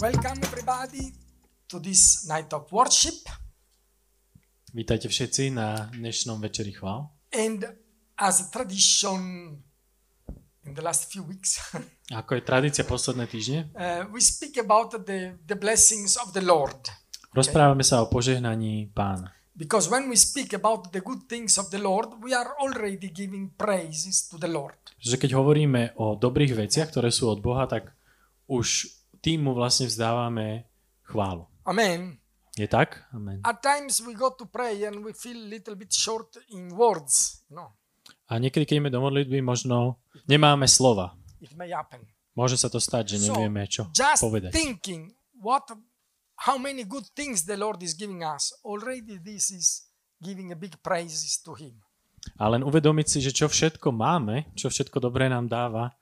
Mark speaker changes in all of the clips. Speaker 1: Welcome everybody to this night of worship
Speaker 2: Vítajte všetci na dnešnom večeri chvál.
Speaker 1: and as a tradition in the last few weeks
Speaker 2: Ako je tradícia posledné týždne,
Speaker 1: uh, we speak about the, the blessings of the Lord
Speaker 2: rozprávame sa o požehnaní pána.
Speaker 1: because when we speak about the good things of the Lord we are already giving praises to the Lord
Speaker 2: Že keď hovoríme o dobrých veciach, ktoré sú od Boha, tak už tým mu vlastne vzdávame chválu.
Speaker 1: amen
Speaker 2: Je tak? Amen.
Speaker 1: at times we go to pray and we feel a little bit short in words no
Speaker 2: A niekedy, keď ideme do modlitby, možno nemáme slova.
Speaker 1: it may happen
Speaker 2: Môže sa to stať, že
Speaker 1: so
Speaker 2: nevieme, čo
Speaker 1: just
Speaker 2: povedať.
Speaker 1: thinking what how many good things the Lord is giving us already this is giving a big praises to him
Speaker 2: A len uvedomiť si, že čo všetko máme, čo všetko dobré nám dáva,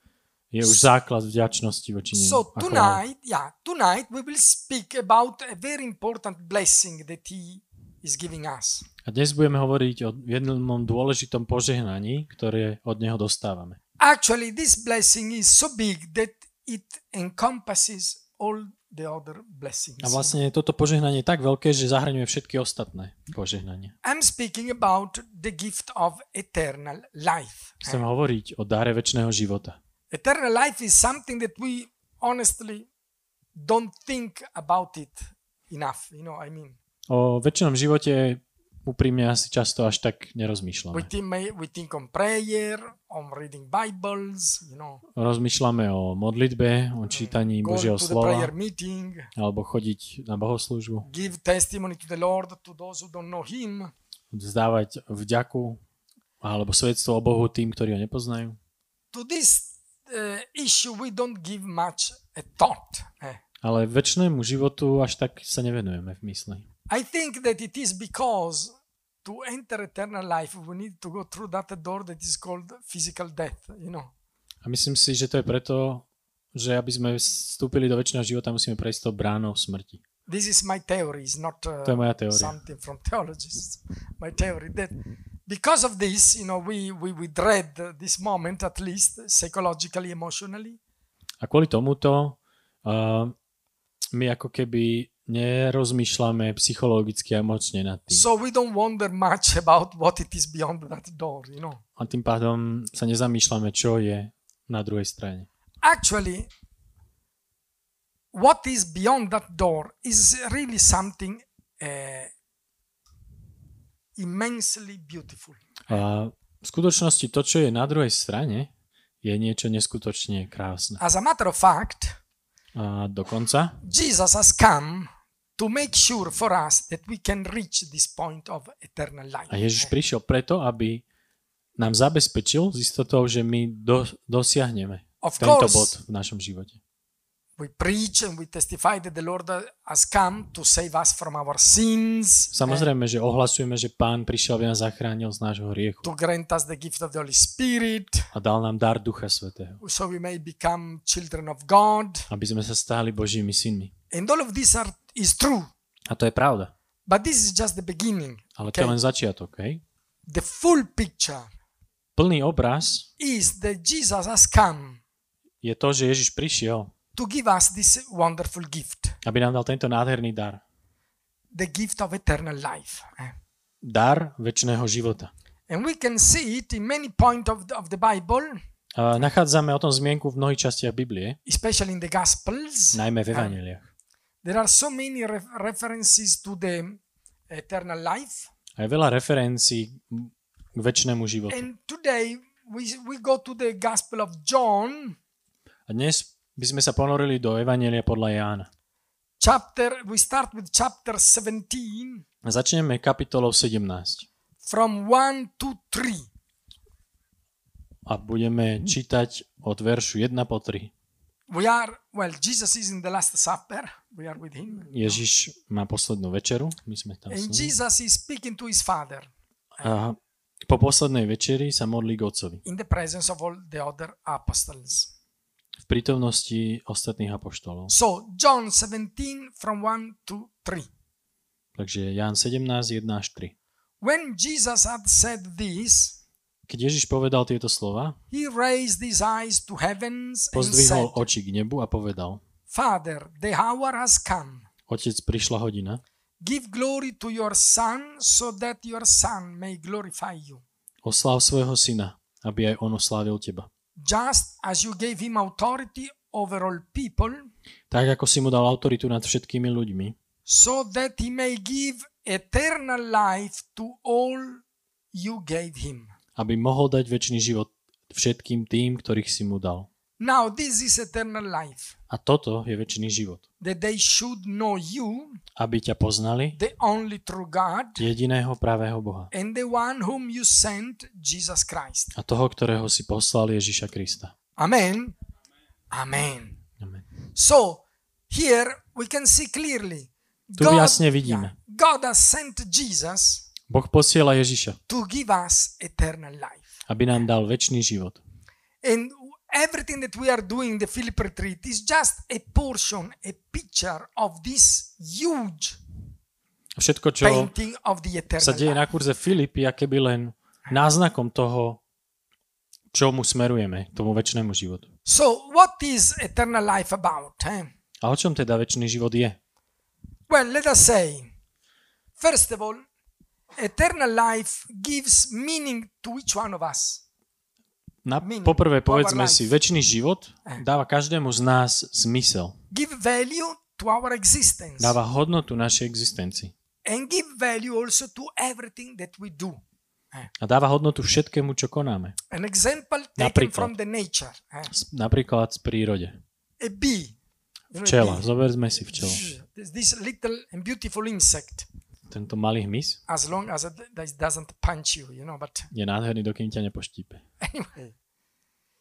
Speaker 2: je už základ vďačnosti voči nemu.
Speaker 1: So
Speaker 2: a chvály.
Speaker 1: tonight, yeah, tonight we will speak about a very important blessing that He is giving us.
Speaker 2: A dnes budeme hovoriť o jednom dôležitom požehnaní, ktoré od neho dostávame.
Speaker 1: Actually, this blessing is so big that it encompasses all the other blessings.
Speaker 2: A vlastne toto požehnanie je tak veľké, že zahrňuje všetky ostatné požehnania.
Speaker 1: I'm speaking about the gift of eternal life.
Speaker 2: Chcem hovoriť o dáre väčšného života.
Speaker 1: Eternal life is something that we honestly don't think about it enough. You know, I mean,
Speaker 2: O väčšnom živote úprimne asi často až tak
Speaker 1: we
Speaker 2: nerozmýšľame.
Speaker 1: think, we think on prayer, on reading Bibles, you know.
Speaker 2: Rozmýšľame o modlitbe, o čítaní
Speaker 1: Go to
Speaker 2: Božieho
Speaker 1: the prayer
Speaker 2: slova,
Speaker 1: meeting,
Speaker 2: alebo chodiť na bohoslužbu,
Speaker 1: give testimony to the Lord to those who don't know Him.
Speaker 2: vzdávať vďaku alebo svedstvo o Bohu tým, ktorí ho nepoznajú.
Speaker 1: To this uh, issue, we don't give much a thought. eh.
Speaker 2: Ale väčšnému životu až tak sa nevenujeme v mysli.
Speaker 1: I think that it is because to enter eternal life, we need to go through that door that is called physical death. You know,
Speaker 2: A myslím si, že to je preto, že aby sme vstúpili do väčšného života, musíme prejsť tou bránou smrti.
Speaker 1: this is my theory. It's not uh,
Speaker 2: To je moja teória.
Speaker 1: something from theologists. My theory that because of this, you know, we we, we dread uh, this moment at least psychologically, emotionally.
Speaker 2: A kvôli tomuto uh, my ako keby nerozmýšľame psychologicky a emočne nad tým.
Speaker 1: So we don't wonder much about what it is beyond that door, you know.
Speaker 2: A tým pádom sa nezamýšľame, čo je na druhej strane.
Speaker 1: Actually, what is beyond that door is really something uh, immensely beautiful.
Speaker 2: A v skutočnosti to, čo je na druhej strane, je niečo neskutočne krásne.
Speaker 1: As a matter of fact,
Speaker 2: A dokonca
Speaker 1: Jesus has come to make sure for us that we can reach this point of eternal life.
Speaker 2: A Ježiš prišiel preto, aby nám zabezpečil s istotou, že my do, dosiahneme
Speaker 1: Of
Speaker 2: tento
Speaker 1: course.
Speaker 2: bod v našom živote.
Speaker 1: We preach and we testify that the Lord has come to save us from our sins,
Speaker 2: Samozrejme, že ohlasujeme, že pán prišiel, aby nás zachránil z nášho hriechu
Speaker 1: eh, to grant us the gift of the Holy Spirit.
Speaker 2: a dal nám dar Ducha Svetého,
Speaker 1: so we may become children of God.
Speaker 2: aby sme sa stáli Božími synmi.
Speaker 1: And all of this are, is true,
Speaker 2: A to je pravda.
Speaker 1: but this is just the beginning.
Speaker 2: Ale to
Speaker 1: Okay.
Speaker 2: je len začiatok. Hej?
Speaker 1: The full picture
Speaker 2: Plný obraz
Speaker 1: is that Jesus has come
Speaker 2: je to, že Ježiš prišiel,
Speaker 1: to give us this wonderful gift,
Speaker 2: aby nám dal tento nádherný dar.
Speaker 1: the gift of eternal life. eh.
Speaker 2: Dar väčšného života.
Speaker 1: And we can see it in many points of the, of the Bible,
Speaker 2: A nachádzame o tom zmienku v mnohých častiach Biblie,
Speaker 1: especially in the Gospels.
Speaker 2: najmä v
Speaker 1: Eh,
Speaker 2: Evaneliách.
Speaker 1: There are so many re- references to the uh, eternal life.
Speaker 2: A je veľa referencií k väčšnému životu.
Speaker 1: And today we, we go to the Gospel of John,
Speaker 2: A dnes by sme sa ponorili do Evanielia podľa Jána.
Speaker 1: chapter we start with chapter 17
Speaker 2: A Začneme kapitolou 17
Speaker 1: from 1 to 3
Speaker 2: a budeme čítať od veršu 1 po 3.
Speaker 1: we are Well, Jesus is in the Last Supper. We are with him.
Speaker 2: Ježiš má poslednú večeru, my sme tam s
Speaker 1: And
Speaker 2: ním.
Speaker 1: Jesus is speaking to his father
Speaker 2: A po poslednej večeri sa modlí k otcovi
Speaker 1: in the presence of all the other apostles.
Speaker 2: v prítomnosti ostatných apoštolov.
Speaker 1: So, John 17 from 1 to 3.
Speaker 2: Takže Ján 17, 1 až 3.
Speaker 1: When Jesus had said this,
Speaker 2: Keď Ježiš povedal tieto slova,
Speaker 1: he raised his eyes to heavens and said,
Speaker 2: pozdvihol oči k nebu a povedal,
Speaker 1: Father, the hour has come.
Speaker 2: Otec, prišla hodina,
Speaker 1: Give glory to your Son so that your Son may glorify you,
Speaker 2: osláv svojho syna, aby aj on oslávil teba.
Speaker 1: just as you gave him authority over all people,
Speaker 2: Tak, ako si mu dal autoritu nad všetkými ľuďmi,
Speaker 1: so that he may give eternal life to all you gave him.
Speaker 2: aby mohol dať väčší život všetkým tým, ktorých si mu dal.
Speaker 1: Now, this is eternal life,
Speaker 2: A toto je väčší život.
Speaker 1: that they should know you,
Speaker 2: Aby ťa poznali
Speaker 1: the only true God,
Speaker 2: jediného pravého Boha
Speaker 1: and the one whom you sent, Jesus Christ.
Speaker 2: a toho, ktorého si poslal Ježiša Krista.
Speaker 1: Amen. Amen.
Speaker 2: Amen.
Speaker 1: So here we can see clearly.
Speaker 2: Tu jasne vidíme.
Speaker 1: God has sent Jesus
Speaker 2: Boh posiela Ježiša,
Speaker 1: to give us eternal life.
Speaker 2: aby nám dal väčší život.
Speaker 1: And everything that we are doing in the Philip retreat is just a portion, a picture of this huge
Speaker 2: Všetko, čo
Speaker 1: painting of the
Speaker 2: sa deje
Speaker 1: eternal
Speaker 2: na
Speaker 1: life.
Speaker 2: kurze Filipy, aké by len náznakom toho, čomu smerujeme, tomu väčšnému životu.
Speaker 1: So what is eternal life about? eh?
Speaker 2: A o čom teda väčší život je?
Speaker 1: Well, let us say, first of all, eternal life gives meaning to each one of us.
Speaker 2: Na,
Speaker 1: Meaning of
Speaker 2: poprvé
Speaker 1: our life.
Speaker 2: povedzme si, väčší život dáva každému z nás zmysel.
Speaker 1: Give value to our existence.
Speaker 2: Dáva hodnotu našej existencii.
Speaker 1: and give value also to everything that we do. Eh,
Speaker 2: A dáva hodnotu všetkému, čo konáme.
Speaker 1: An example taken
Speaker 2: Napríklad.
Speaker 1: from the nature. eh.
Speaker 2: S- Napríklad z prírode.
Speaker 1: A bee. You know, a
Speaker 2: Včela.
Speaker 1: bee.
Speaker 2: Zoberme si včelu.
Speaker 1: This, this little and beautiful insect,
Speaker 2: Tento malý hmyz
Speaker 1: as long as it it doesn't punch you, you know, but
Speaker 2: je nádherný, dokým ťa nepoštípe.
Speaker 1: anyway.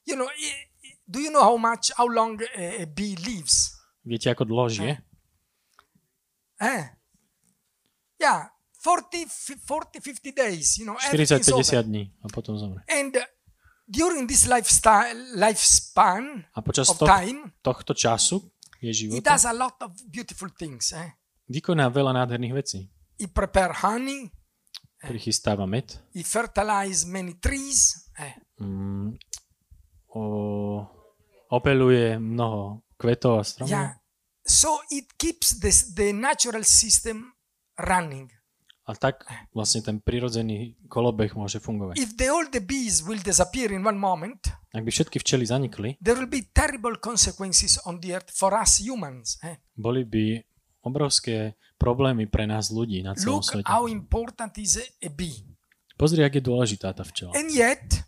Speaker 1: You know, i- i- do you know how much, how long a, a bee lives?
Speaker 2: Viete, ako dlho žije?
Speaker 1: Eh? Yeah, 40, fi- 40, 50 days, you know, everything's over.
Speaker 2: 40-50 dní a potom zomre.
Speaker 1: And uh, during this lifestyle, lifespan
Speaker 2: A počas
Speaker 1: of
Speaker 2: to,
Speaker 1: time,
Speaker 2: tohto času je
Speaker 1: He
Speaker 2: života.
Speaker 1: does a lot of beautiful things. Eh?
Speaker 2: Vykoná veľa nádherných vecí.
Speaker 1: He prepare honey.
Speaker 2: Prichystáva med.
Speaker 1: He fertilize many trees. Eh?
Speaker 2: Mm, o, opeluje mnoho kvetov a
Speaker 1: Oh,
Speaker 2: stromov.
Speaker 1: Yeah. So it keeps this, the natural system running.
Speaker 2: A tak vlastne ten prirodzený kolobeh môže fungovať.
Speaker 1: If the, all the bees will disappear in one moment,
Speaker 2: Ak by všetky včely zanikli,
Speaker 1: there will be terrible consequences on the earth for us humans. Eh?
Speaker 2: boli by obrovské problémy pre nás ľudí na celom
Speaker 1: Look
Speaker 2: svete.
Speaker 1: how important is a, a bee.
Speaker 2: Pozri, ak je dôležitá tá včela.
Speaker 1: And yet,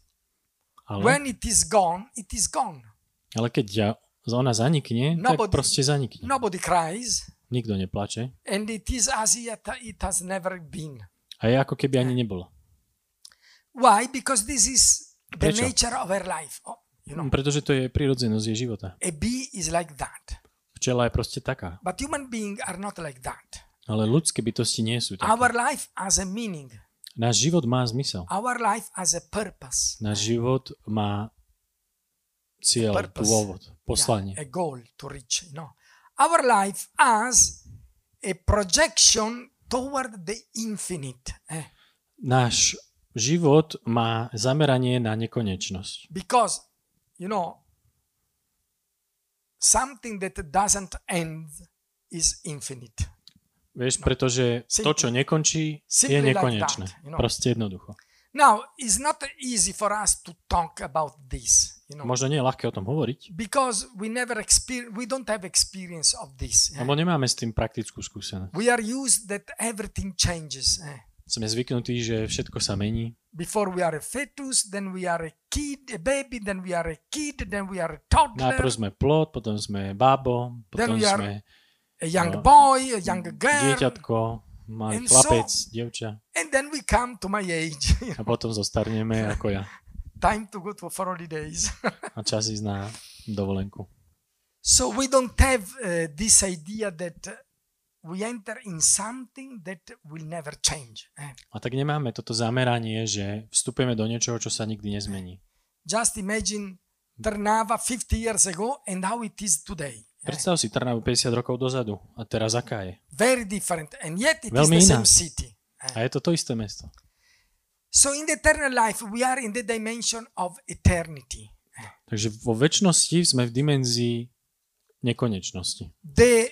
Speaker 2: Ale,
Speaker 1: when it is gone, it is gone.
Speaker 2: ale keď ja, ona zanikne, tak
Speaker 1: Nobody-
Speaker 2: proste zanikne.
Speaker 1: Nobody cries,
Speaker 2: Nikto neplače.
Speaker 1: and it is as yet it has never been.
Speaker 2: A je ako keby ani nebola.
Speaker 1: Why? Because this is the
Speaker 2: Perciò.
Speaker 1: nature of her life. Oh, you know,
Speaker 2: Pretože to je prirodzenosť jej života.
Speaker 1: a bee is like that.
Speaker 2: Včela je proste taká.
Speaker 1: But human beings are not like that.
Speaker 2: Ale ľudské bytosti nie sú také.
Speaker 1: Our life has a meaning.
Speaker 2: Náš život má zmysel.
Speaker 1: Our life has a purpose,
Speaker 2: Náš život má cieľ,
Speaker 1: Purpose.
Speaker 2: dôvod,
Speaker 1: yeah,
Speaker 2: poslanie.
Speaker 1: a goal to reach. You know, our life has a projection toward the infinite eh,
Speaker 2: Náš život má zameranie na nekonečnosť.
Speaker 1: because you know something that doesn't end is infinite.
Speaker 2: Vieš, pretože to,
Speaker 1: Simply-
Speaker 2: čo nekončí, je
Speaker 1: simply like
Speaker 2: nekonečné.
Speaker 1: that, you know.
Speaker 2: Proste jednoducho.
Speaker 1: Now, it's not easy for us to talk about this, you know,
Speaker 2: Možno nie je ľahké o tom hovoriť,
Speaker 1: because we never experience, we don't have experience of this. eh.
Speaker 2: lebo nemáme s tým praktickú skúsenosť.
Speaker 1: We are used that everything changes. eh.
Speaker 2: Sme zvyknutí, že všetko sa mení.
Speaker 1: Before we are a fetus, then we are a kid, a baby, then we are a kid, then we are a toddler,
Speaker 2: Najprv sme plod, potom sme bábo, potom
Speaker 1: we are
Speaker 2: sme
Speaker 1: a young
Speaker 2: no,
Speaker 1: boy, a young girl,
Speaker 2: dieťatko, malý
Speaker 1: And so-
Speaker 2: chlapec, dievča.
Speaker 1: and then we come to my age. you
Speaker 2: A
Speaker 1: know,
Speaker 2: potom zostarneme ako ja.
Speaker 1: Time to go to for holidays.
Speaker 2: A čas ísť na dovolenku.
Speaker 1: So we don't have uh, this idea that uh, we enter in something that will never change. eh.
Speaker 2: A tak nemáme toto zameranie, že vstupujeme do niečoho, čo sa nikdy nezmení.
Speaker 1: Just imagine Trnava 50 years ago and how it is today. eh.
Speaker 2: Predstav si Trnavu 50 rokov dozadu a teraz aká je.
Speaker 1: Very different, and yet it is the
Speaker 2: Veľmi
Speaker 1: same
Speaker 2: iná.
Speaker 1: city. eh.
Speaker 2: A je to to isté mesto.
Speaker 1: So in the eternal life, we are in the dimension of eternity.
Speaker 2: Takže vo väčšnosti sme v dimenzii nekonečnosti.
Speaker 1: The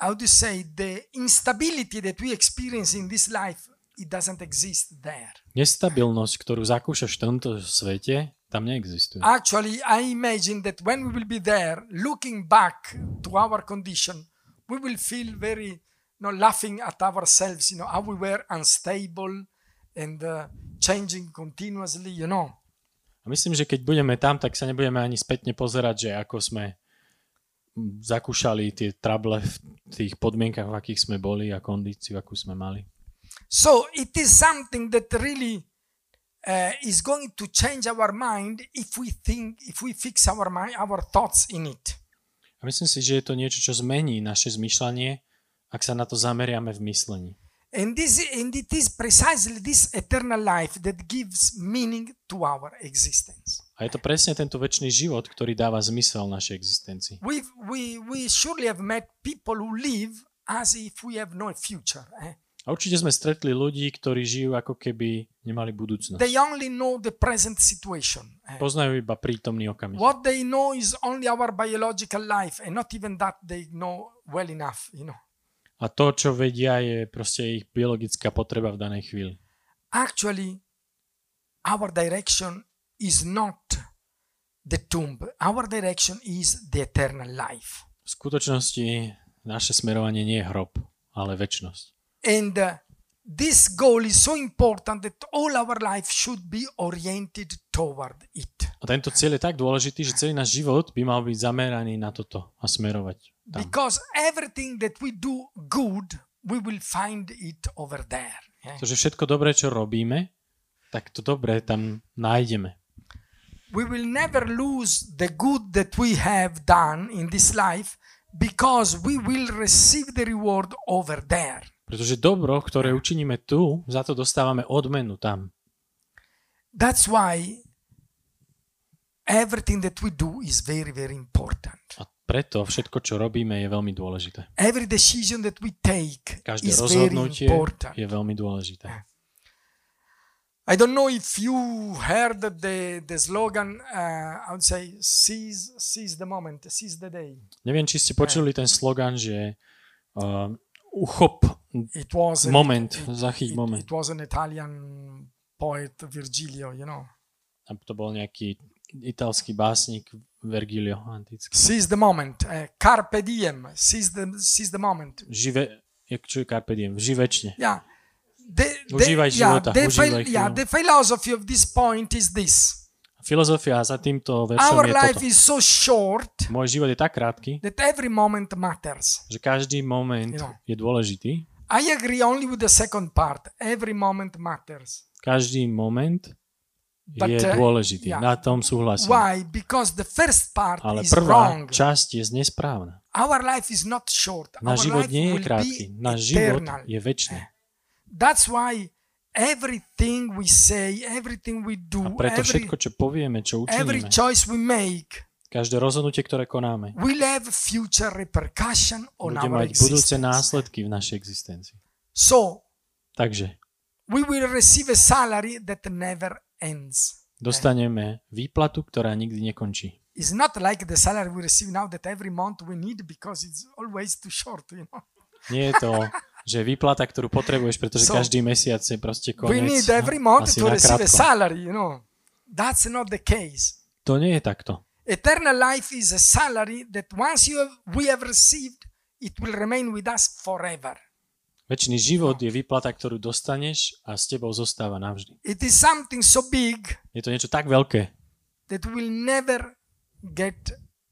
Speaker 1: how do you say the instability that we experience in this life, it doesn't exist there.
Speaker 2: Nestabilnosť, ktorú zakúšaš v tomto svete, tam neexistuje.
Speaker 1: Actually, I imagine that when we will be there, looking back to our condition, we will feel very, you know, laughing at ourselves, you know, how we were unstable and uh, changing continuously, you know.
Speaker 2: A myslím, že keď budeme tam, tak sa nebudeme ani spätne pozerať, že ako sme mm, zakúšali tie trable v tých podmienkach, v akých sme boli a kondíciu, akú sme mali.
Speaker 1: So it is something that really uh, is going to change our mind if we think, if we fix our mind, our thoughts in it.
Speaker 2: A myslím si, že je to niečo, čo zmení naše zmyšľanie, ak sa na to zameriame v myslení.
Speaker 1: And this, and it is precisely this eternal life that gives meaning to our existence.
Speaker 2: A je to presne tento väčší život, ktorý dáva zmysel našej existencii.
Speaker 1: We we we surely have met people who live as if we have no future. eh?
Speaker 2: A určite sme stretli ľudí, ktorí žijú ako keby nemali budúcnosť.
Speaker 1: They only know the present situation. eh?
Speaker 2: Poznajú iba prítomný okamih.
Speaker 1: What they know is only our biological life, and not even that they know well enough. You know.
Speaker 2: A to, čo vedia, je proste ich biologická potreba v danej chvíli.
Speaker 1: actually our direction is not the tomb our direction is the eternal life
Speaker 2: V skutočnosti naše smerovanie nie je hrob, ale väčnosť.
Speaker 1: and uh, this goal is so important that all our life should be oriented toward it
Speaker 2: A tento cieľ je tak dôležitý, že celý náš život by mal byť zameraný na toto a smerovať tam.
Speaker 1: because everything that we do good we will find it over there yeah?
Speaker 2: Pretože všetko dobré, čo robíme, tak to dobré tam nájdeme.
Speaker 1: we will never lose the good that we have done in this life because we will receive the reward over there
Speaker 2: Pretože dobro, ktoré učiníme tu, za to dostávame odmenu tam.
Speaker 1: That's why everything that we do is very, very important.
Speaker 2: A preto všetko, čo robíme, je veľmi dôležité.
Speaker 1: Every decision that we take
Speaker 2: Každé
Speaker 1: is very
Speaker 2: rozhodnutie
Speaker 1: important. Eh.
Speaker 2: je veľmi dôležité.
Speaker 1: I don't know if you heard the, the slogan, uh, I would say, seize, seize the moment, seize the day.
Speaker 2: Neviem, či ste počuli ten slogan, že uh, uchop
Speaker 1: It was
Speaker 2: moment,
Speaker 1: it,
Speaker 2: zachyť
Speaker 1: it-
Speaker 2: moment.
Speaker 1: it was an Italian poet, Virgilio, you know.
Speaker 2: A to bol nejaký italský básnik Vergilio antický.
Speaker 1: Seize the moment, eh, carpe diem, seize the, seize the moment.
Speaker 2: Žive, jak čo je Carpe Diem, živečne.
Speaker 1: Yeah. The,
Speaker 2: Uživaj
Speaker 1: the, yeah,
Speaker 2: života,
Speaker 1: the,
Speaker 2: uživaj
Speaker 1: phil- yeah,
Speaker 2: chvíľu.
Speaker 1: the philosophy of this point is this.
Speaker 2: Filozofia za týmto veršom
Speaker 1: Our
Speaker 2: je
Speaker 1: life
Speaker 2: toto.
Speaker 1: is so short
Speaker 2: Môj život je tak krátky,
Speaker 1: that every moment matters.
Speaker 2: že každý moment
Speaker 1: Jo.
Speaker 2: je dôležitý.
Speaker 1: I agree only with the second part. Every moment matters.
Speaker 2: Každý moment
Speaker 1: But,
Speaker 2: je
Speaker 1: uh,
Speaker 2: dôležitý.
Speaker 1: yeah.
Speaker 2: Na tom súhlasím.
Speaker 1: Why? Because the first part
Speaker 2: Ah,
Speaker 1: is
Speaker 2: Ale prvá
Speaker 1: wrong.
Speaker 2: časť je nesprávna.
Speaker 1: Our life is not short. Our
Speaker 2: Náš život
Speaker 1: life
Speaker 2: nie je
Speaker 1: will
Speaker 2: krátky.
Speaker 1: be
Speaker 2: Náš život
Speaker 1: eternal.
Speaker 2: je väčší.
Speaker 1: That's why everything we say, everything we do,
Speaker 2: A preto
Speaker 1: every,
Speaker 2: všetko, čo povieme, čo
Speaker 1: every
Speaker 2: učiníme,
Speaker 1: choice we make
Speaker 2: každé rozhodnutie, ktoré konáme,
Speaker 1: will have future repercussion on
Speaker 2: bude
Speaker 1: our
Speaker 2: mať
Speaker 1: existence.
Speaker 2: budúce následky v našej existencii.
Speaker 1: So
Speaker 2: Takže
Speaker 1: we will receive a salary that never ends.
Speaker 2: dostaneme výplatu, ktorá nikdy nekončí.
Speaker 1: It's not like the salary we receive now that every month we need because it's always too short, you know.
Speaker 2: Nie je to, že výplata, ktorú potrebuješ, pretože
Speaker 1: So,
Speaker 2: každý mesiac je proste
Speaker 1: we need
Speaker 2: koniec.
Speaker 1: every month
Speaker 2: asi
Speaker 1: to receive a
Speaker 2: nakrátko.
Speaker 1: salary, you know. That's not the case.
Speaker 2: To nie je takto.
Speaker 1: Eternal life is a salary that once you have, we have received, it will remain with us forever.
Speaker 2: Večný život je výplata, ktorú dostaneš a s tebou zostáva navždy.
Speaker 1: It is something so big
Speaker 2: Je to niečo tak veľké,
Speaker 1: that we'll never get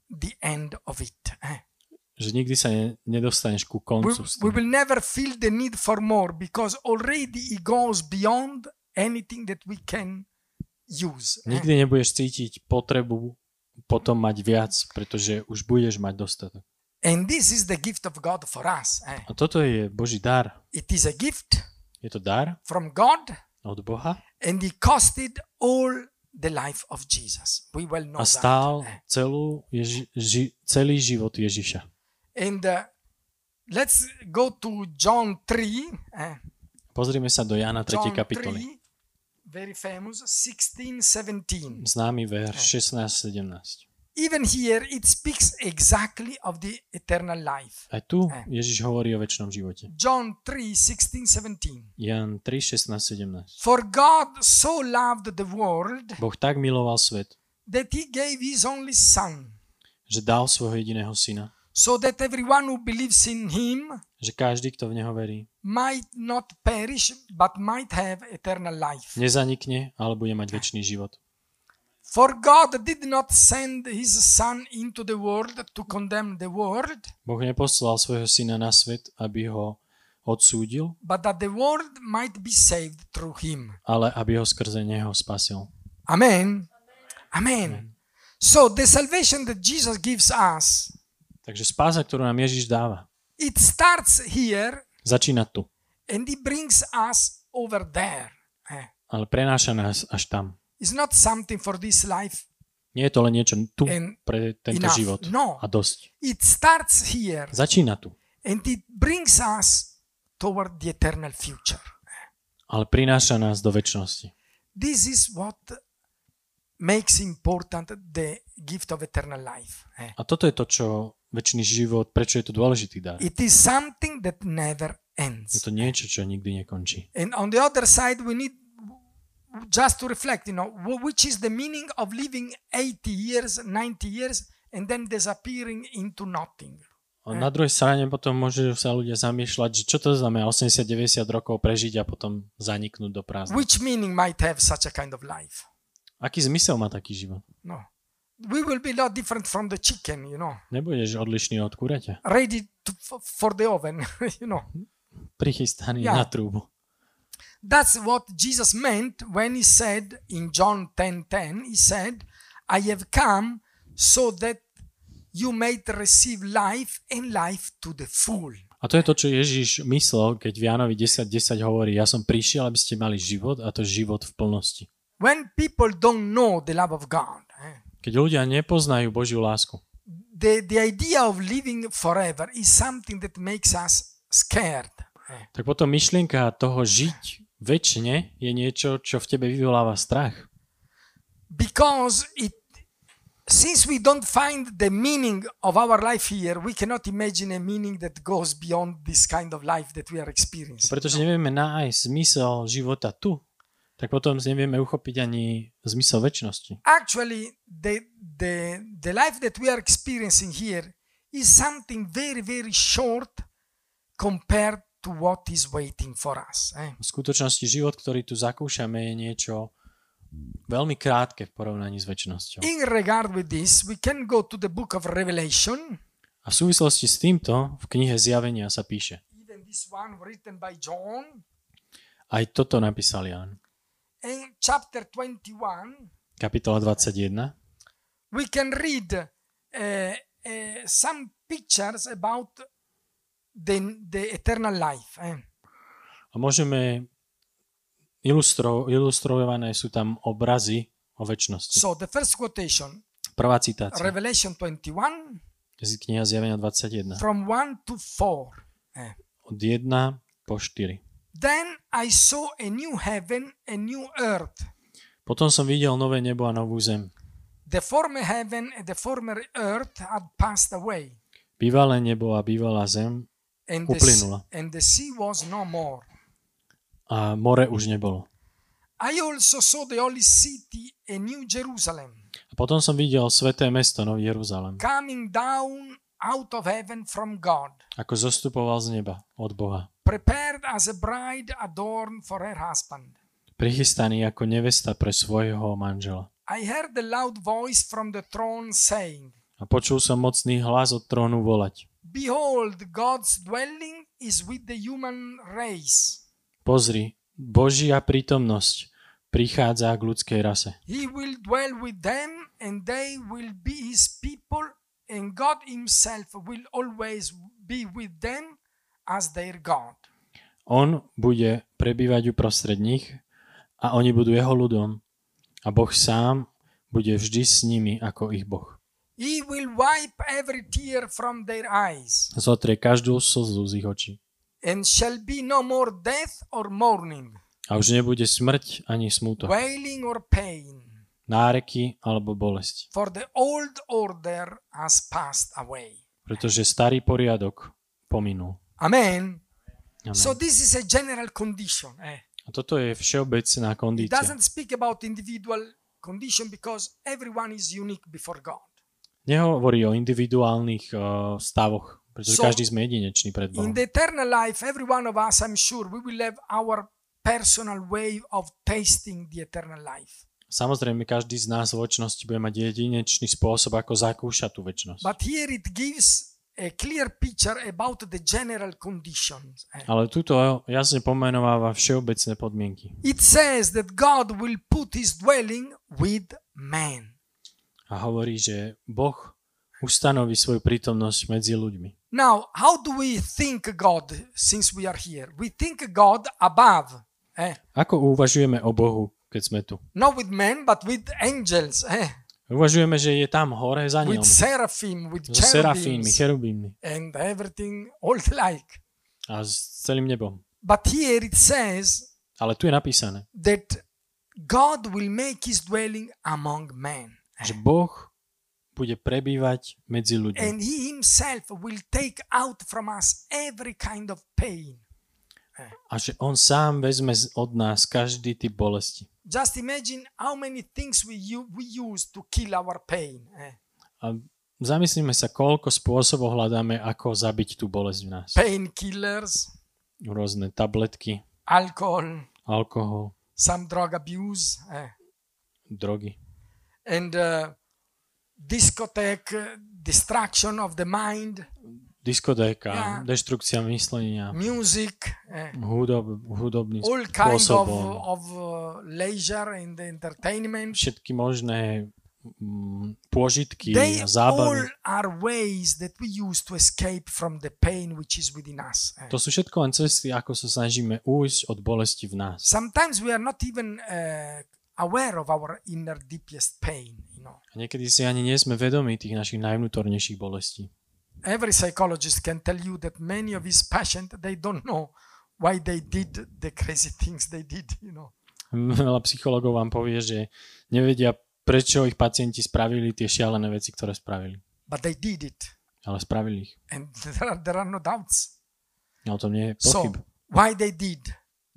Speaker 1: the end of it. eh.
Speaker 2: že nikdy sa ne, nedostaneš ku
Speaker 1: we,
Speaker 2: koncu. s
Speaker 1: we
Speaker 2: tým.
Speaker 1: will never feel the need for more because already it goes beyond anything that we can use. eh.
Speaker 2: Nikdy nebudeš cítiť potrebu potom mať viac, pretože už budeš mať dostatok.
Speaker 1: And this is the gift of God for us. eh.
Speaker 2: A toto je Boží dar.
Speaker 1: It is a gift
Speaker 2: Je to dar
Speaker 1: from God
Speaker 2: od Boha
Speaker 1: and it costed all the life of Jesus. We well know
Speaker 2: a
Speaker 1: that.
Speaker 2: stál
Speaker 1: eh.
Speaker 2: celú Ježi- ži, celý život Ježiša.
Speaker 1: And uh, let's go to John 3. eh.
Speaker 2: Pozrime sa do Jana 3.
Speaker 1: John
Speaker 2: kapitoly.
Speaker 1: 3, very famous, 16, 17.
Speaker 2: Známy
Speaker 1: Eh.
Speaker 2: verš 16-17.
Speaker 1: Even here it speaks exactly of the eternal life.
Speaker 2: Aj tu
Speaker 1: Eh.
Speaker 2: Ježiš hovorí o väčšnom živote.
Speaker 1: John 3, 16, 17.
Speaker 2: Jan 3, 16, 17.
Speaker 1: For God so loved the world
Speaker 2: Boh tak miloval svet,
Speaker 1: that he gave his only Son,
Speaker 2: že dal svojho jediného syna,
Speaker 1: so that everyone who believes in him
Speaker 2: že každý, kto v neho verí,
Speaker 1: might not perish but might have eternal life.
Speaker 2: nezanikne, ale
Speaker 1: Eh.
Speaker 2: bude mať väčší život.
Speaker 1: For God did not send his Son into the world to condemn the world,
Speaker 2: Boh neposlal svojho syna na svet, aby ho odsúdil,
Speaker 1: but that the world might be saved through him.
Speaker 2: ale aby ho skrze neho spasil.
Speaker 1: Amen. Amen. So the salvation that Jesus gives us,
Speaker 2: Takže spása, ktorú nám Ježiš dáva,
Speaker 1: it starts here
Speaker 2: začína tu,
Speaker 1: and it brings us over there. Eh,
Speaker 2: ale prenáša nás až tam.
Speaker 1: It's not something for this life.
Speaker 2: Nie je to len niečo tu
Speaker 1: And
Speaker 2: pre tento
Speaker 1: enough.
Speaker 2: život
Speaker 1: No.
Speaker 2: a dosť.
Speaker 1: It starts here
Speaker 2: Začína tu,
Speaker 1: and it brings us toward the eternal future.
Speaker 2: ale prináša nás do väčšnosti.
Speaker 1: This is what makes important the gift of eternal life. eh.
Speaker 2: A toto je to, čo väčší život, prečo je to dôležitý dar.
Speaker 1: It is something that never
Speaker 2: Je
Speaker 1: ends.
Speaker 2: to niečo, čo nikdy nekončí.
Speaker 1: And on the other side, we need just to reflect, you know, wh- which is the meaning of living 80 years, 90 years, and then disappearing into nothing.
Speaker 2: A na druhej strane potom môžu sa ľudia zamýšľať, že čo to znamená 80-90 rokov prežiť a potom zaniknúť do prázdna.
Speaker 1: Which meaning might have such a kind of life?
Speaker 2: Aký zmysel má taký život?
Speaker 1: No. We will be not different from the chicken, you know,
Speaker 2: Nebudeš odlišný od kuraťa,
Speaker 1: ready to, f- for the oven, you know.
Speaker 2: prichystaný
Speaker 1: Ja.
Speaker 2: na trúbu.
Speaker 1: That's what Jesus meant when he said in John 10:10, he said, I have come so that you might receive life and life to the full.
Speaker 2: A to je to, čo Ježiš myslel, keď v Jánovi 10.10 hovorí, ja som prišiel, aby ste mali život a to život v plnosti.
Speaker 1: When people don't know the love of God, eh,
Speaker 2: Keď ľudia nepoznajú Božiu lásku,
Speaker 1: the, the idea of living forever is something that makes us scared. eh.
Speaker 2: tak potom myšlienka toho žiť väčšine je niečo, čo v tebe vyvoláva strach.
Speaker 1: Because it since we don't find the meaning of our life here, we cannot imagine a meaning that goes beyond this kind of life that we are experiencing.
Speaker 2: Pretože nevieme nájsť zmysel života tu, tak potom nevieme uchopiť ani zmysel väčšnosti.
Speaker 1: actually the the the life that we are experiencing here is something very very short compared to what is waiting for us eh?
Speaker 2: V skutočnosti život, ktorý tu zakúšame, je niečo veľmi krátke v porovnaní s väčšnosťou.
Speaker 1: in regard with this we can go to the book of revelation
Speaker 2: A v súvislosti s týmto v knihe Zjavenia sa píše.
Speaker 1: even this one written by john
Speaker 2: Aj toto napísal Ján.
Speaker 1: and chapter 21
Speaker 2: Kapitola 21.
Speaker 1: we can read uh, uh, some pictures about the, the eternal life eh?
Speaker 2: A môžeme ilustro, ilustrované sú tam obrazy o väčšnosti.
Speaker 1: so the first quotation
Speaker 2: Prvá citácia
Speaker 1: revelation 21
Speaker 2: z kniha Zjavenia 21.
Speaker 1: from 1 to 4. Eh.
Speaker 2: Od 1 po 4.
Speaker 1: Then I saw a new heaven, a new earth.
Speaker 2: Potom som videl nové nebo a novú zem.
Speaker 1: The former heaven and the former earth had passed away,
Speaker 2: Bývalé nebo a bývalá zem
Speaker 1: and the, sea,
Speaker 2: Uplynulo.
Speaker 1: and the sea was no more.
Speaker 2: a more už nebolo.
Speaker 1: I also saw the holy city, a new Jerusalem,
Speaker 2: A potom som videl sveté mesto Nový Jeruzalem,
Speaker 1: coming down out of heaven from God,
Speaker 2: ako zostupoval z neba od Boha,
Speaker 1: prepared as a bride adorned for her husband.
Speaker 2: prichystaný ako nevesta pre svojho manžela.
Speaker 1: I heard a loud voice from the throne saying,
Speaker 2: A počul som mocný hlas od trónu volať.
Speaker 1: Behold, God's dwelling is with the human race.
Speaker 2: Pozri, Božia prítomnosť prichádza k ľudskej rase.
Speaker 1: He will dwell with them, and they will be his people, and God himself will always be with them as their God.
Speaker 2: On bude prebývať uprostred nich a oni budú jeho ľudom. A Boh sám bude vždy s nimi ako ich Boh.
Speaker 1: He will wipe every tear from their eyes,
Speaker 2: Zotrie každú slzu z ich očí.
Speaker 1: and shall be no more death or mourning,
Speaker 2: A už nebude smrť ani smútok,
Speaker 1: wailing or pain,
Speaker 2: náreky alebo bolesť.
Speaker 1: for the old order has passed away.
Speaker 2: Pretože starý poriadok pominul.
Speaker 1: Amen.
Speaker 2: Amen.
Speaker 1: So this is a general condition. eh.
Speaker 2: A toto je všeobecná
Speaker 1: It
Speaker 2: kondícia.
Speaker 1: doesn't speak about individual condition because everyone is unique before God.
Speaker 2: Nehovorí o individuálnych uh, stavoch,
Speaker 1: So-
Speaker 2: pretože každý sme jedinečný pred
Speaker 1: In
Speaker 2: Bohom.
Speaker 1: the eternal life, every one of us, I'm sure, we will have our personal way of tasting the eternal life.
Speaker 2: Samozrejme, každý z nás v väčšnosti bude mať jedinečný spôsob, ako zakúšať tú väčšnosť.
Speaker 1: But here it gives a clear picture about the general conditions. eh.
Speaker 2: Ale tuto jasne pomenováva všeobecné podmienky.
Speaker 1: It says that God will put his dwelling with man.
Speaker 2: A hovorí, že Boh ustanoví svoju prítomnosť medzi ľuďmi.
Speaker 1: Now, how do we think God since we are here? We think God above, eh?
Speaker 2: Ako uvažujeme o Bohu, keď sme tu?
Speaker 1: not with men, but with angels, eh?
Speaker 2: Uvažujeme, že je tam hore za ňom.
Speaker 1: with seraphim, with
Speaker 2: So serafínmi,
Speaker 1: cherubims,
Speaker 2: cherubínmi
Speaker 1: and everything all like.
Speaker 2: a s celým nebom.
Speaker 1: But here it says
Speaker 2: Ale tu je napísané,
Speaker 1: that God will make his dwelling among men.
Speaker 2: že Boh bude prebývať medzi ľuďmi.
Speaker 1: And he himself will take out from us every kind of pain.
Speaker 2: A že On sám vezme z- od nás každý typ bolesti.
Speaker 1: Just imagine how many things we, u- we use to kill our pain. eh.
Speaker 2: A zamyslíme sa, koľko spôsobov hľadáme, ako zabiť tú bolesť v nás.
Speaker 1: Painkillers,
Speaker 2: Rôzne tabletky,
Speaker 1: alcohol,
Speaker 2: alkohol,
Speaker 1: some drug abuse, eh,
Speaker 2: drogy,
Speaker 1: and uh, discotheque, uh, distraction of the mind,
Speaker 2: diskotéka,
Speaker 1: Ja.
Speaker 2: deštrukcia myslenia,
Speaker 1: music, eh,
Speaker 2: hudob, hudobným
Speaker 1: all kinds of,
Speaker 2: spôsobom,
Speaker 1: of uh, leisure and entertainment.
Speaker 2: všetky možné mm, pôžitky
Speaker 1: They
Speaker 2: a
Speaker 1: all
Speaker 2: zábavy.
Speaker 1: are ways that we use to escape from the pain which is within us. eh.
Speaker 2: To sú všetko len cesty, ako sa snažíme újsť od bolesti v nás.
Speaker 1: Sometimes we are not even uh, aware of our inner deepest pain. You know,
Speaker 2: A niekedy si ani nie sme vedomi tých našich najvnútornejších bolestí.
Speaker 1: every psychologist can tell you that many of his patients they don't know why they did the crazy things they did. You know,
Speaker 2: Veľa psychologov vám povie, že nevedia, prečo ich pacienti spravili tie šialené veci, ktoré spravili.
Speaker 1: but they did it,
Speaker 2: Ale spravili ich.
Speaker 1: and there are, there are no doubts.
Speaker 2: A o tom nie je
Speaker 1: So
Speaker 2: pochyb.
Speaker 1: why they did?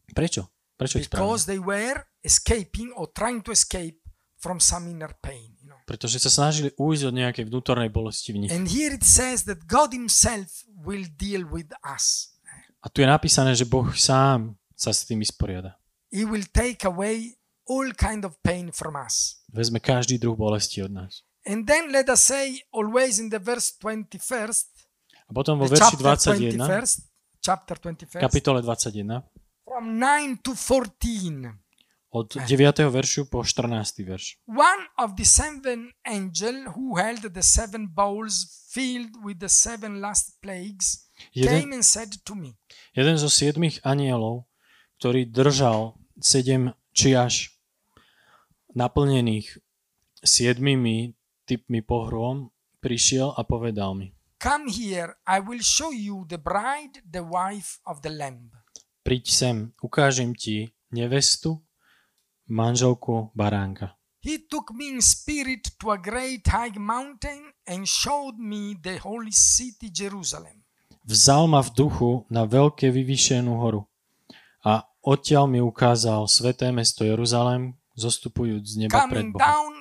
Speaker 2: Prečo? Prečo ich spravili?
Speaker 1: because they were escaping or trying to escape from some inner pain you know
Speaker 2: Pretože sa snažili újsť od nejakej vnútornej bolesti v nich.
Speaker 1: and here it says that god himself will deal with us
Speaker 2: A tu je napísané, že Boh sám sa s tým vysporiada.
Speaker 1: he will take away all kind of pain from us
Speaker 2: Vezme každý druh bolesti od nás.
Speaker 1: and then let us say always in the verse 21st
Speaker 2: A potom vo
Speaker 1: the
Speaker 2: verši
Speaker 1: chapter
Speaker 2: 21,
Speaker 1: 21st chapter 21st
Speaker 2: kapitole 21,
Speaker 1: from 9 to 14
Speaker 2: od
Speaker 1: Eh.
Speaker 2: 9. veršu po 14. verš.
Speaker 1: one of the seven angels who held the seven bowls filled with the seven last plagues
Speaker 2: Jeden,
Speaker 1: came and said to me
Speaker 2: Jeden zo siedmých anielov, ktorý držal sedem čiaž naplnených siedmými typmi pohrom, prišiel a povedal mi,
Speaker 1: Come here, I will show you the bride, the wife of the Lamb.
Speaker 2: príď sem, ukážem ti nevestu, manželku baránka.
Speaker 1: He took me in spirit to a great high mountain and showed me the holy city Jerusalem,
Speaker 2: Vzal ma v duchu na veľké vyvýšenú horu a odtiaľ mi ukázal sveté mesto Jeruzalém, zostupujúc z neba
Speaker 1: coming
Speaker 2: pred Boha.
Speaker 1: down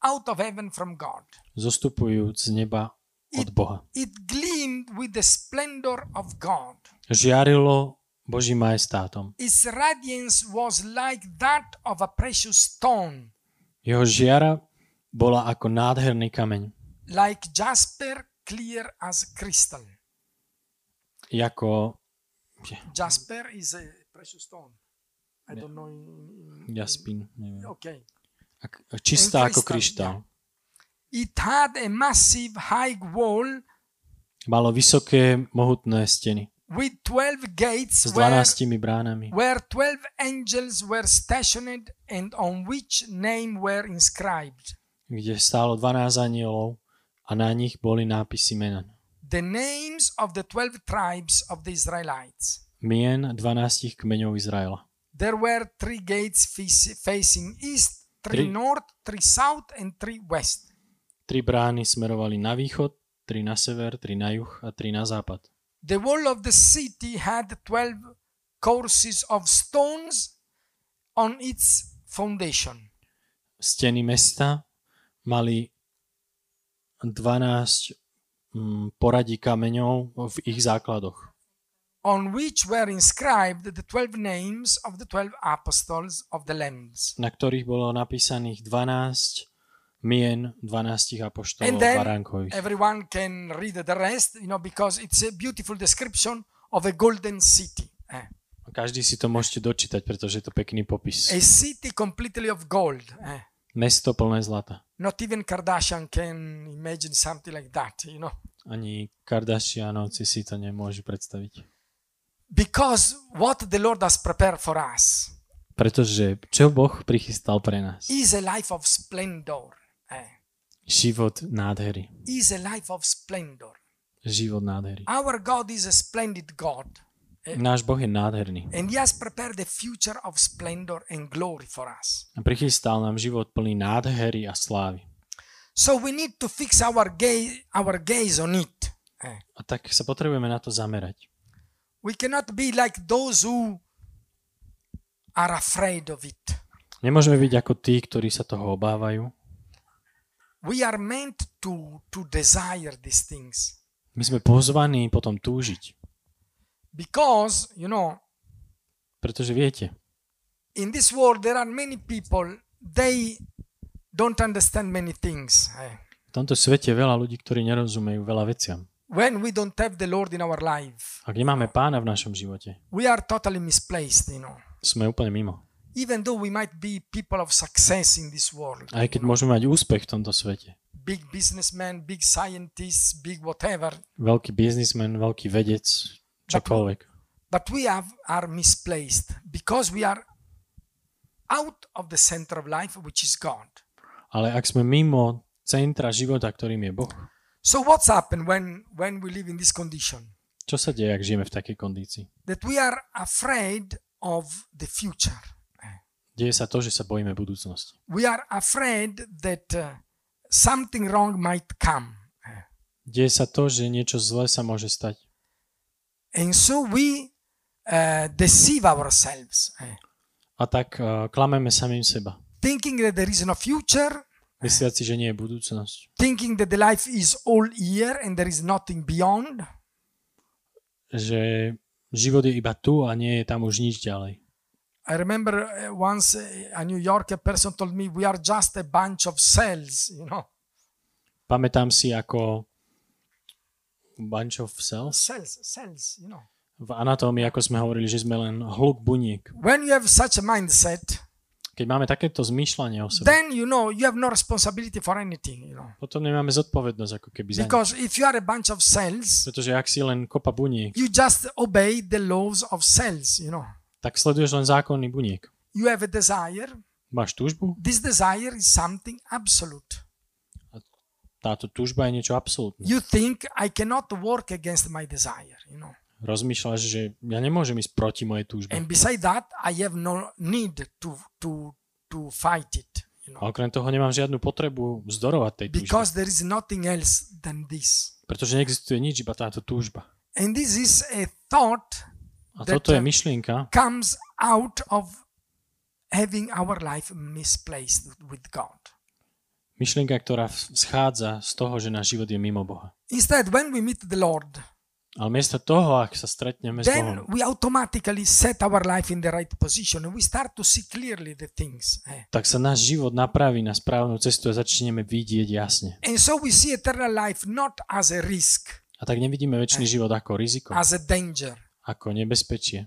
Speaker 1: out of heaven from God.
Speaker 2: Zostupujúc z neba od Boha.
Speaker 1: It gleamed with the splendor of God.
Speaker 2: Žiarilo Božím majestátom.
Speaker 1: Its radiance was like that of a precious stone,
Speaker 2: Jeho žiara bola ako nádherný kameň,
Speaker 1: like jasper, clear as crystal.
Speaker 2: ako
Speaker 1: Jasper is a precious stone. I don't know. In, in,
Speaker 2: jaspín, neviem.
Speaker 1: okay.
Speaker 2: Ak- Čistá ako
Speaker 1: Krystal,
Speaker 2: kryštál.
Speaker 1: It had a massive high wall
Speaker 2: Malo vysoké, mohutné steny
Speaker 1: with 12 gates
Speaker 2: s
Speaker 1: where,
Speaker 2: 12 bránami,
Speaker 1: where 12 angels were stationed and on which name were inscribed.
Speaker 2: kde stálo 12 anielov a na nich boli nápisy mena.
Speaker 1: The names of the 12 tribes of the Israelites.
Speaker 2: Mien 12 kmeňov Izraela.
Speaker 1: There were three gates face- facing east, three,
Speaker 2: Three.
Speaker 1: north, three south, and three west.
Speaker 2: Tri brány smerovali na východ, tri na sever, tri na juh a tri na západ.
Speaker 1: The wall of the city had 12 courses of stones on its foundation.
Speaker 2: Steny mesta mali 12 mm, poradí kameňov v ich základoch,
Speaker 1: on which were inscribed the 12 names of the 12 apostles of the lambs.
Speaker 2: na ktorých bolo napísaných 12 mien 12 apoštolov
Speaker 1: And then
Speaker 2: baránkových.
Speaker 1: everyone can read the rest, you know, because it's a beautiful description of a golden city. eh.
Speaker 2: Každý si to môžete dočítať, pretože je to pekný popis.
Speaker 1: A city completely of gold. eh.
Speaker 2: Mesto plné zlata.
Speaker 1: Not even Kardashian can imagine something like that, you know.
Speaker 2: Ani Kardashianovci si to nemôžu predstaviť.
Speaker 1: Because what the Lord has prepared for us
Speaker 2: Pretože čo Boh prichystal pre nás?
Speaker 1: is a life of splendor. eh.
Speaker 2: Život nádhery.
Speaker 1: Is a life of splendor.
Speaker 2: Život nádhery.
Speaker 1: Our God is a e- splendid God.
Speaker 2: Náš Boh je nádherný.
Speaker 1: And he has prepared a future of splendor and glory for us.
Speaker 2: A prichystal nám život plný nádhery a slávy.
Speaker 1: So we need to fix our gaze, our gaze on it. Eh.
Speaker 2: A tak sa potrebujeme na to zamerať.
Speaker 1: We cannot be like those who are afraid of it.
Speaker 2: Nemôžeme byť ako tí, ktorí sa toho obávajú.
Speaker 1: We are meant to, to desire these things
Speaker 2: My sme pozvaní potom túžiť.
Speaker 1: because, you know,
Speaker 2: Pretože viete,
Speaker 1: in this world there are many people, they don't understand many things. eh.
Speaker 2: v tomto svete je veľa ľudí, ktorí nerozumejú veľa veciam.
Speaker 1: When we don't have the Lord in our life,
Speaker 2: Ak nemáme pána v našom živote,
Speaker 1: we are totally misplaced, you know.
Speaker 2: sme úplne mimo.
Speaker 1: even though we might be people of success in this world,
Speaker 2: Aj keď môžeme mať úspech v tomto svete.
Speaker 1: big businessmen, big scientists, big whatever,
Speaker 2: Veľký biznismen, veľký vedec, čokoľvek.
Speaker 1: but we have, are misplaced because we are out of the center of life, which is God.
Speaker 2: Ale ak sme mimo centra života, ktorým je Boh,
Speaker 1: So what's happened when, when we live in this condition?
Speaker 2: čo sa deje, ak žijeme v takej kondícii?
Speaker 1: That we are afraid of the future.
Speaker 2: Deje sa to, že sa bojíme budúcnosti.
Speaker 1: We are afraid that uh, something wrong might come.
Speaker 2: Deje sa to, že niečo zlé sa môže stať.
Speaker 1: And so we uh, deceive ourselves, eh,
Speaker 2: A tak uh, klameme samým seba.
Speaker 1: thinking that there is no future,
Speaker 2: Mysliať si, že nie je budúcnosť.
Speaker 1: thinking that the life is all here and there is nothing beyond,
Speaker 2: Že život je iba tu a nie je tam už nič ďalej.
Speaker 1: I remember uh, once uh, a New Yorker person told me, "We are just a bunch of cells," you know,
Speaker 2: Pamätám si ako bunch of cells.
Speaker 1: cells, cells, you know.
Speaker 2: V anatómii, ako sme hovorili, že sme len hluk buniek.
Speaker 1: When you have such a mindset,
Speaker 2: Keď máme takéto zmýšľanie o sebe,
Speaker 1: then you know you have no responsibility for anything, you know.
Speaker 2: potom nemáme zodpovednosť ako keby za nič.
Speaker 1: Because if you are a bunch of cells,
Speaker 2: Pretože ak si len kopa buniek,
Speaker 1: you just obey the laws of cells, you know.
Speaker 2: tak sleduješ len zákonný buniek.
Speaker 1: You have a desire.
Speaker 2: Máš túžbu?
Speaker 1: This desire is something absolute.
Speaker 2: Táto túžba je niečo absolútne.
Speaker 1: You think I cannot work against my desire, you know.
Speaker 2: Rozmýšľaš, že ja nemôžem ísť proti mojej túžbe.
Speaker 1: and beside that i have no need to to to fight it you know
Speaker 2: A okrem toho nemám žiadnu potrebu vzdorovať tej túžbe.
Speaker 1: because there is nothing else than this
Speaker 2: Pretože neexistuje nič, iba táto túžba.
Speaker 1: and this is a thought
Speaker 2: A
Speaker 1: That-
Speaker 2: toto je myšlienka,
Speaker 1: comes out of having our life misplaced with god
Speaker 2: myšlienka, ktorá v- schádza z toho, že náš život je mimo Boha.
Speaker 1: instead when we meet the lord
Speaker 2: Ale miesto toho, ak sa stretneme s
Speaker 1: then
Speaker 2: Bohom,
Speaker 1: we automatically set our life in the right position and we start to see clearly the things eh.
Speaker 2: tak sa náš život napraví na správnu cestu a začneme vidieť jasne.
Speaker 1: and so we see eternal life not as a risk
Speaker 2: A tak nevidíme väčší život ako riziko,
Speaker 1: as a danger
Speaker 2: ako nebezpečie.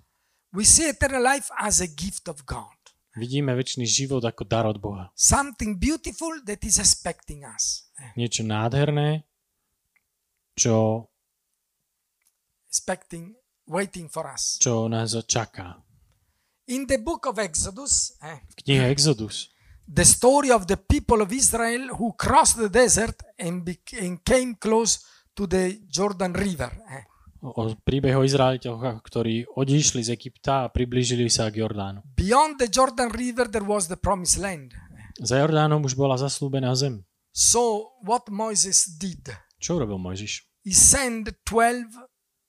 Speaker 1: we see eternal life as a gift of God,
Speaker 2: Vidíme väčší život ako dar od Boha.
Speaker 1: something beautiful that is expecting us, eh,
Speaker 2: Niečo nádherné, čo,
Speaker 1: expecting, waiting for us.
Speaker 2: čo nás čaká.
Speaker 1: In the book of Exodus, eh,
Speaker 2: V knihe Exodus
Speaker 1: the story of the people of Israel who crossed the desert and, bec- and came close to the Jordan River. eh.
Speaker 2: o príbehu o Izraelitoch, ktorí odišli z Egypta a priblížili sa k Jordánu.
Speaker 1: Beyond the Jordan River, there was the promised land.
Speaker 2: Za Jordánom už bola zaslúbená zem.
Speaker 1: So, what Moses did,
Speaker 2: Čo robil Mojžiš?
Speaker 1: he sent 12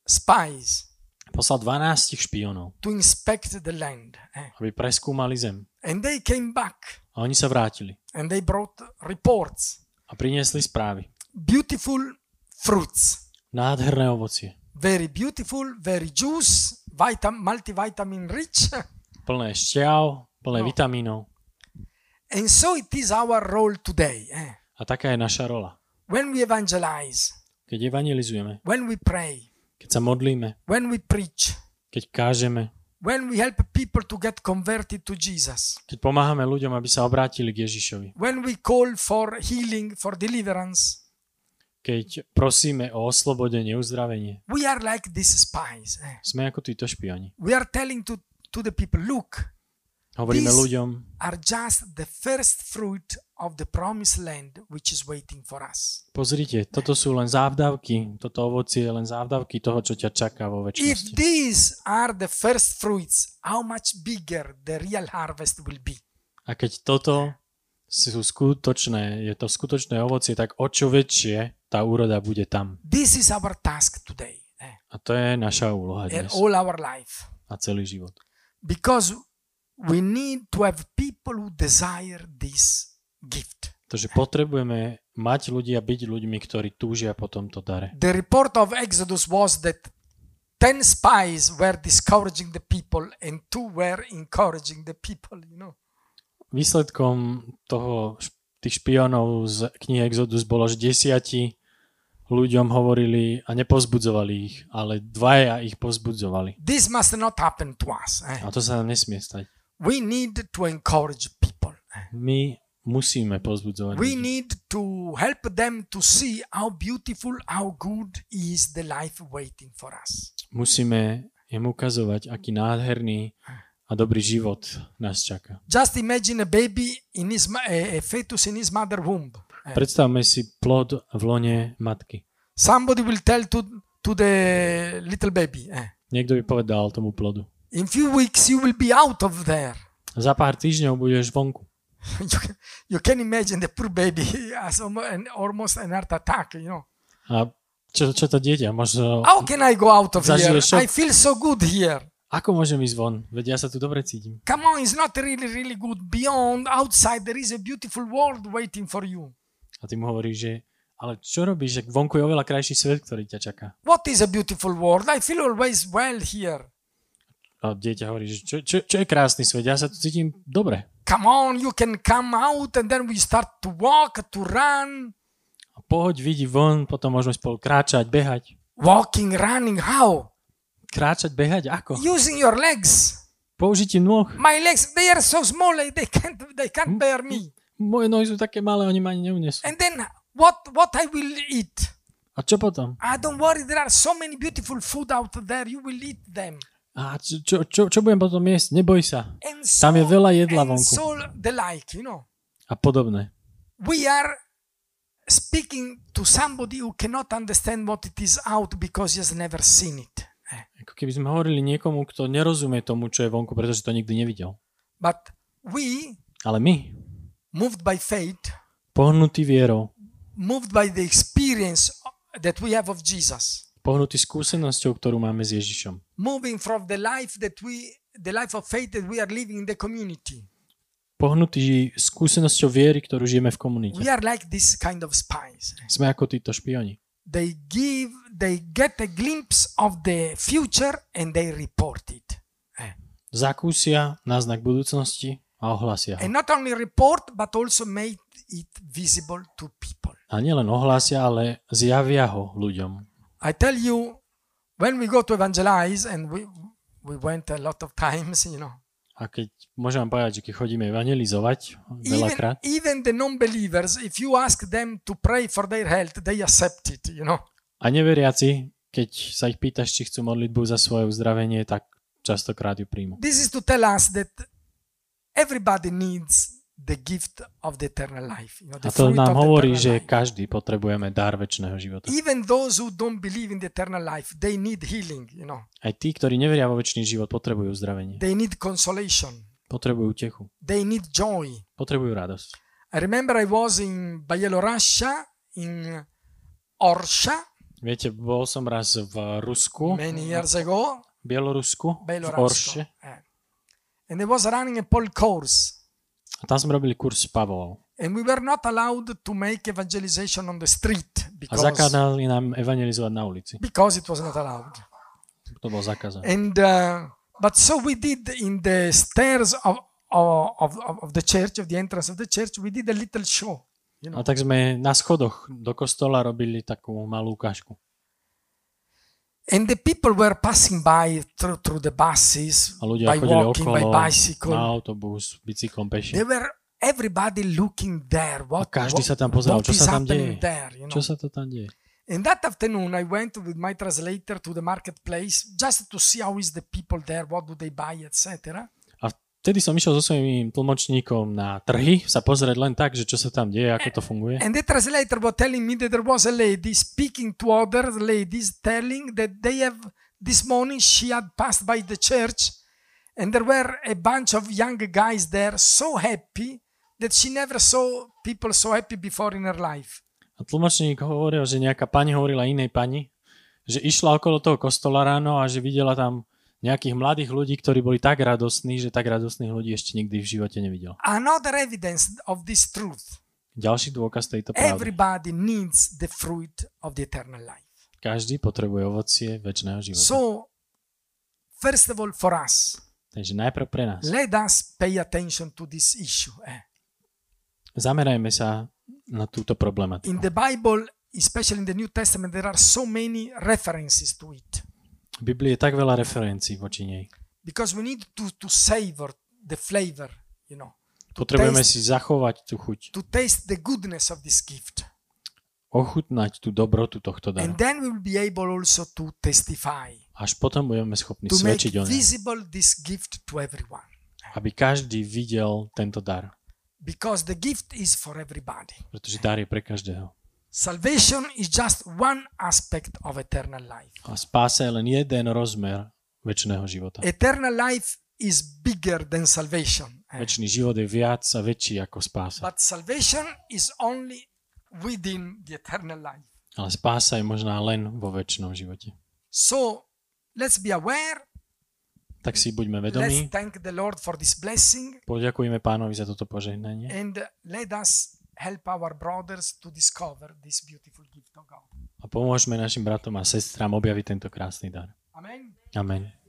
Speaker 1: spies
Speaker 2: Poslal 12 špionov,
Speaker 1: to inspect the land. eh.
Speaker 2: aby preskúmali zem.
Speaker 1: And they came back
Speaker 2: A oni sa vrátili
Speaker 1: and they brought reports,
Speaker 2: a priniesli správy.
Speaker 1: beautiful fruits,
Speaker 2: Nádherné ovocie,
Speaker 1: very beautiful, very juice, vitam- multivitamin rich.
Speaker 2: plné šťav, plné
Speaker 1: No.
Speaker 2: vitamínov.
Speaker 1: and so it is our role today. eh.
Speaker 2: A taká je naša rola.
Speaker 1: when we evangelize,
Speaker 2: Keď evangelizujeme,
Speaker 1: when we pray,
Speaker 2: keď sa modlíme,
Speaker 1: when we preach,
Speaker 2: keď kážeme,
Speaker 1: when we help people to get converted to Jesus,
Speaker 2: keď pomáhame ľuďom, aby sa obrátili k Ježišovi,
Speaker 1: when we call for healing, for deliverance,
Speaker 2: keď prosíme o oslobodenie, uzdravenie,
Speaker 1: we are like these spies. eh.
Speaker 2: sme ako títo špioni.
Speaker 1: We are telling to, to the people, look,
Speaker 2: Hovoríme
Speaker 1: These-
Speaker 2: ľuďom,
Speaker 1: are just the first fruit of the promised land which is waiting for us.
Speaker 2: pozrite, toto sú len závdavky, toto ovocie je len závdavky toho, čo ťa čaká vo
Speaker 1: If
Speaker 2: väčšnosti.
Speaker 1: these are the first fruits, how much bigger the real harvest will be.
Speaker 2: A keď toto sú skutočné, je to skutočné ovocie, tak o čo väčšie tá úroda bude tam.
Speaker 1: This is our task today eh,
Speaker 2: A to je naša úloha
Speaker 1: and
Speaker 2: dnes
Speaker 1: all our life
Speaker 2: a celý život.
Speaker 1: because we need to have people who desire this gift.
Speaker 2: Takže potrebujeme mať ľudia, byť ľuďmi, ktorí túžia po tomto dare.
Speaker 1: The report of Exodus was that 10 spies were discouraging the people and two were encouraging the people, you know.
Speaker 2: Výsledkom toho, šp- tých špionov z knihy Exodus bolo, že desiati ľuďom hovorili a nepozbudzovali ich, ale dvaja ich pozbudzovali.
Speaker 1: This must not happen to us. eh.
Speaker 2: A to sa nám nesmie stať.
Speaker 1: we need to encourage people.
Speaker 2: My musíme pozbudzovať.
Speaker 1: We
Speaker 2: ľudí.
Speaker 1: need to help them to see how beautiful, how good is the life waiting for us.
Speaker 2: Musíme im ukazovať, aký nádherný a dobrý život nás čaká.
Speaker 1: Just imagine a baby in his ma- a a fetus in his mother womb. Eh.
Speaker 2: Predstavme si plod v lone matky.
Speaker 1: Somebody will tell to, to the little baby, eh,
Speaker 2: Niekto by povedal tomu plodu.
Speaker 1: in few weeks you will be out of there.
Speaker 2: Za pár týždňov budeš vonku.
Speaker 1: you, can, you can imagine the poor baby has almost an, almost an heart attack, you know.
Speaker 2: A čo, čo to dieťa? Možno,
Speaker 1: How can I go out of here?
Speaker 2: Zažije šok.
Speaker 1: I feel so good here.
Speaker 2: ako môžem ísť von? Veď ja sa tu dobre cítim.
Speaker 1: Come on, it's not really, really good. Beyond, outside, there is a beautiful world waiting for you.
Speaker 2: A ty mu hovoríš, že ale čo robíš? Že vonku je oveľa krajší svet, ktorý ťa čaká.
Speaker 1: What is a beautiful world? I feel always well here.
Speaker 2: A dieťa hovorí, že čo, čo, čo je krásny svet? Ja sa tu cítim dobre.
Speaker 1: Come on, you can come out and then we start to walk, to run.
Speaker 2: A pohoď, vidí von, potom môžeme spolu kráčať, behať.
Speaker 1: Walking, running, how?
Speaker 2: Kráčať, behať, ako?
Speaker 1: Using your legs.
Speaker 2: Použitím nôh.
Speaker 1: My legs, they are so small, eh, they can't, they can't bear me.
Speaker 2: Moje nohy sú také malé, oni ma ani neunesú.
Speaker 1: And then what, what I will eat?
Speaker 2: A čo potom?
Speaker 1: Ah, don't worry, there are so many beautiful food out there. You will eat them.
Speaker 2: A čo, čo, čo, čo budem potom jesť? Neboj sa.
Speaker 1: And so,
Speaker 2: Tam je veľa jedla
Speaker 1: and
Speaker 2: vonku.
Speaker 1: so the like, you know.
Speaker 2: A podobné.
Speaker 1: we are speaking to somebody who cannot understand what it is out because he has never seen it. Eh,
Speaker 2: Ako keby sme hovorili niekomu, kto nerozumie tomu, čo je vonku, pretože to nikdy nevidel.
Speaker 1: But we,
Speaker 2: Ale my,
Speaker 1: moved by faith,
Speaker 2: pohnutí vierou,
Speaker 1: moved by the experience that we have of Jesus,
Speaker 2: pohnutí skúsenosťou, ktorú máme s Ježišom,
Speaker 1: moving from the life that we the life of faith that we are living in the community.
Speaker 2: pohnutí skúsenosťou viery, ktorú žijeme v komunite.
Speaker 1: We are like this kind of spies.
Speaker 2: Sme ako títo špioni.
Speaker 1: They give they get a glimpse of the future and they report it. Eh.
Speaker 2: Zakúsia náznak budúcnosti a ohlasia ho.
Speaker 1: and not only report but also make it visible to people
Speaker 2: A nielen ohlásia, ale zjavia ho ľuďom.
Speaker 1: i tell you when we go to evangelize and we we went a lot of times, you know.
Speaker 2: A keď môžem vám povedať, že keď chodíme evangelizovať
Speaker 1: Even,
Speaker 2: veľakrát,
Speaker 1: even the non-believers, if you ask them to pray for their health, they accept it, you know.
Speaker 2: a neveriaci, keď sa ich pýtaš, či chcú modlitbu za svoje uzdravenie, tak častokrát ju príjmu.
Speaker 1: This is to tell us that everybody needs the gift of the eternal life. You know, the
Speaker 2: A to
Speaker 1: fruit
Speaker 2: nám
Speaker 1: of the
Speaker 2: hovorí,
Speaker 1: eternal
Speaker 2: že
Speaker 1: life.
Speaker 2: každý potrebujeme dar väčšného života.
Speaker 1: even those who don't believe in the eternal life, they need healing, you know.
Speaker 2: Aj tí, ktorí neveria vo väčší život, potrebujú uzdravenie.
Speaker 1: They need consolation.
Speaker 2: Potrebujú techu.
Speaker 1: They need joy.
Speaker 2: Potrebujú radosť.
Speaker 1: I remember I was in Byelorussia, in Orsha,
Speaker 2: Viete, bol som raz v Rusku,
Speaker 1: many years ago.
Speaker 2: Bielorusku, v
Speaker 1: Bielorusko.
Speaker 2: Orše.
Speaker 1: eh. And I was running a pole course.
Speaker 2: A tam sme robili kurz s Pavlov.
Speaker 1: And we were not allowed to make evangelization on the street
Speaker 2: A
Speaker 1: because,
Speaker 2: zakázali nám evangelizovať na ulici.
Speaker 1: because it was not allowed.
Speaker 2: To bolo zakázané.
Speaker 1: and uh, but so we did in the stairs of, of, of, of the church of the entrance of the church we did a little show you know
Speaker 2: A No tak sme na schodoch do kostola robili takú malú ukážku.
Speaker 1: and the people were passing by through, through the buses
Speaker 2: A ľudia
Speaker 1: by
Speaker 2: chodili
Speaker 1: walking
Speaker 2: okolo,
Speaker 1: by bicycle
Speaker 2: na autobus, bicyklom, peši.
Speaker 1: they were everybody looking there what,
Speaker 2: každý
Speaker 1: what,
Speaker 2: sa tam pozeral,
Speaker 1: what
Speaker 2: čo
Speaker 1: is
Speaker 2: sa tam
Speaker 1: happening
Speaker 2: deje.
Speaker 1: there you know
Speaker 2: Čo sa to tam deje?
Speaker 1: and that afternoon i went with my translator to the marketplace just to see how is the people there what do they buy etc
Speaker 2: A vtedy som išiel so svojím tlmočníkom na trhy sa pozrieť len tak, že čo sa tam deje, ako to funguje.
Speaker 1: And the translator was telling me that there was a lady speaking to other ladies, telling that they have this morning she had passed by the church, and there were a bunch of young guys there so happy that she never saw people so happy before in her life.
Speaker 2: A tlmočník hovoril, že nejaká pani hovorila inej pani, že išla okolo toho kostola ráno a že videla tam nejakých mladých ľudí, ktorí boli tak radosní, že tak radosných ľudí ešte nikdy v živote nevidel.
Speaker 1: Another evidence of this truth
Speaker 2: Ďalší dôkaz tejto pravdy.
Speaker 1: everybody needs the fruit of the eternal life.
Speaker 2: Každý potrebuje ovocie väčšného života.
Speaker 1: So, first of all, for us,
Speaker 2: Takže najprv pre nás.
Speaker 1: let us pay attention to this issue. eh.
Speaker 2: Zamerajme sa na túto
Speaker 1: in
Speaker 2: problematiku.
Speaker 1: the Bible, especially in the New Testament, there are so many references to it
Speaker 2: V Biblii je tak veľa referencií voči nej.
Speaker 1: because we need to, to savor the flavor, you know,
Speaker 2: Potrebujeme
Speaker 1: Taste-
Speaker 2: si zachovať tú chuť,
Speaker 1: to taste the goodness of this gift.
Speaker 2: ochutnať tú dobrotu tohto daru.
Speaker 1: And then we will be able also to testify,
Speaker 2: Až potom budeme schopní
Speaker 1: to make
Speaker 2: svedčiť o nej,
Speaker 1: visible this gift to everyone
Speaker 2: aby každý videl tento dar.
Speaker 1: because the gift is for everybody.
Speaker 2: Pretože dar je pre každého.
Speaker 1: Salvation is just one aspect of eternal life.
Speaker 2: A spása je len jeden rozmer väčšného života.
Speaker 1: Eternal life is bigger than salvation. eh.
Speaker 2: Väčší život je viac a väčší ako spása.
Speaker 1: But salvation is only within the eternal life.
Speaker 2: Ale spása je možná len vo väčšnom živote.
Speaker 1: So let's be aware.
Speaker 2: Tak si buďme
Speaker 1: Let's
Speaker 2: vedomí,
Speaker 1: thank the Lord for this blessing
Speaker 2: poďakujeme pánovi za toto požehnanie
Speaker 1: and let us help our brothers to discover this beautiful gift of God.
Speaker 2: a pomôžme našim bratom a sestram objaviť tento krásny dar.
Speaker 1: Amen.
Speaker 2: Amen.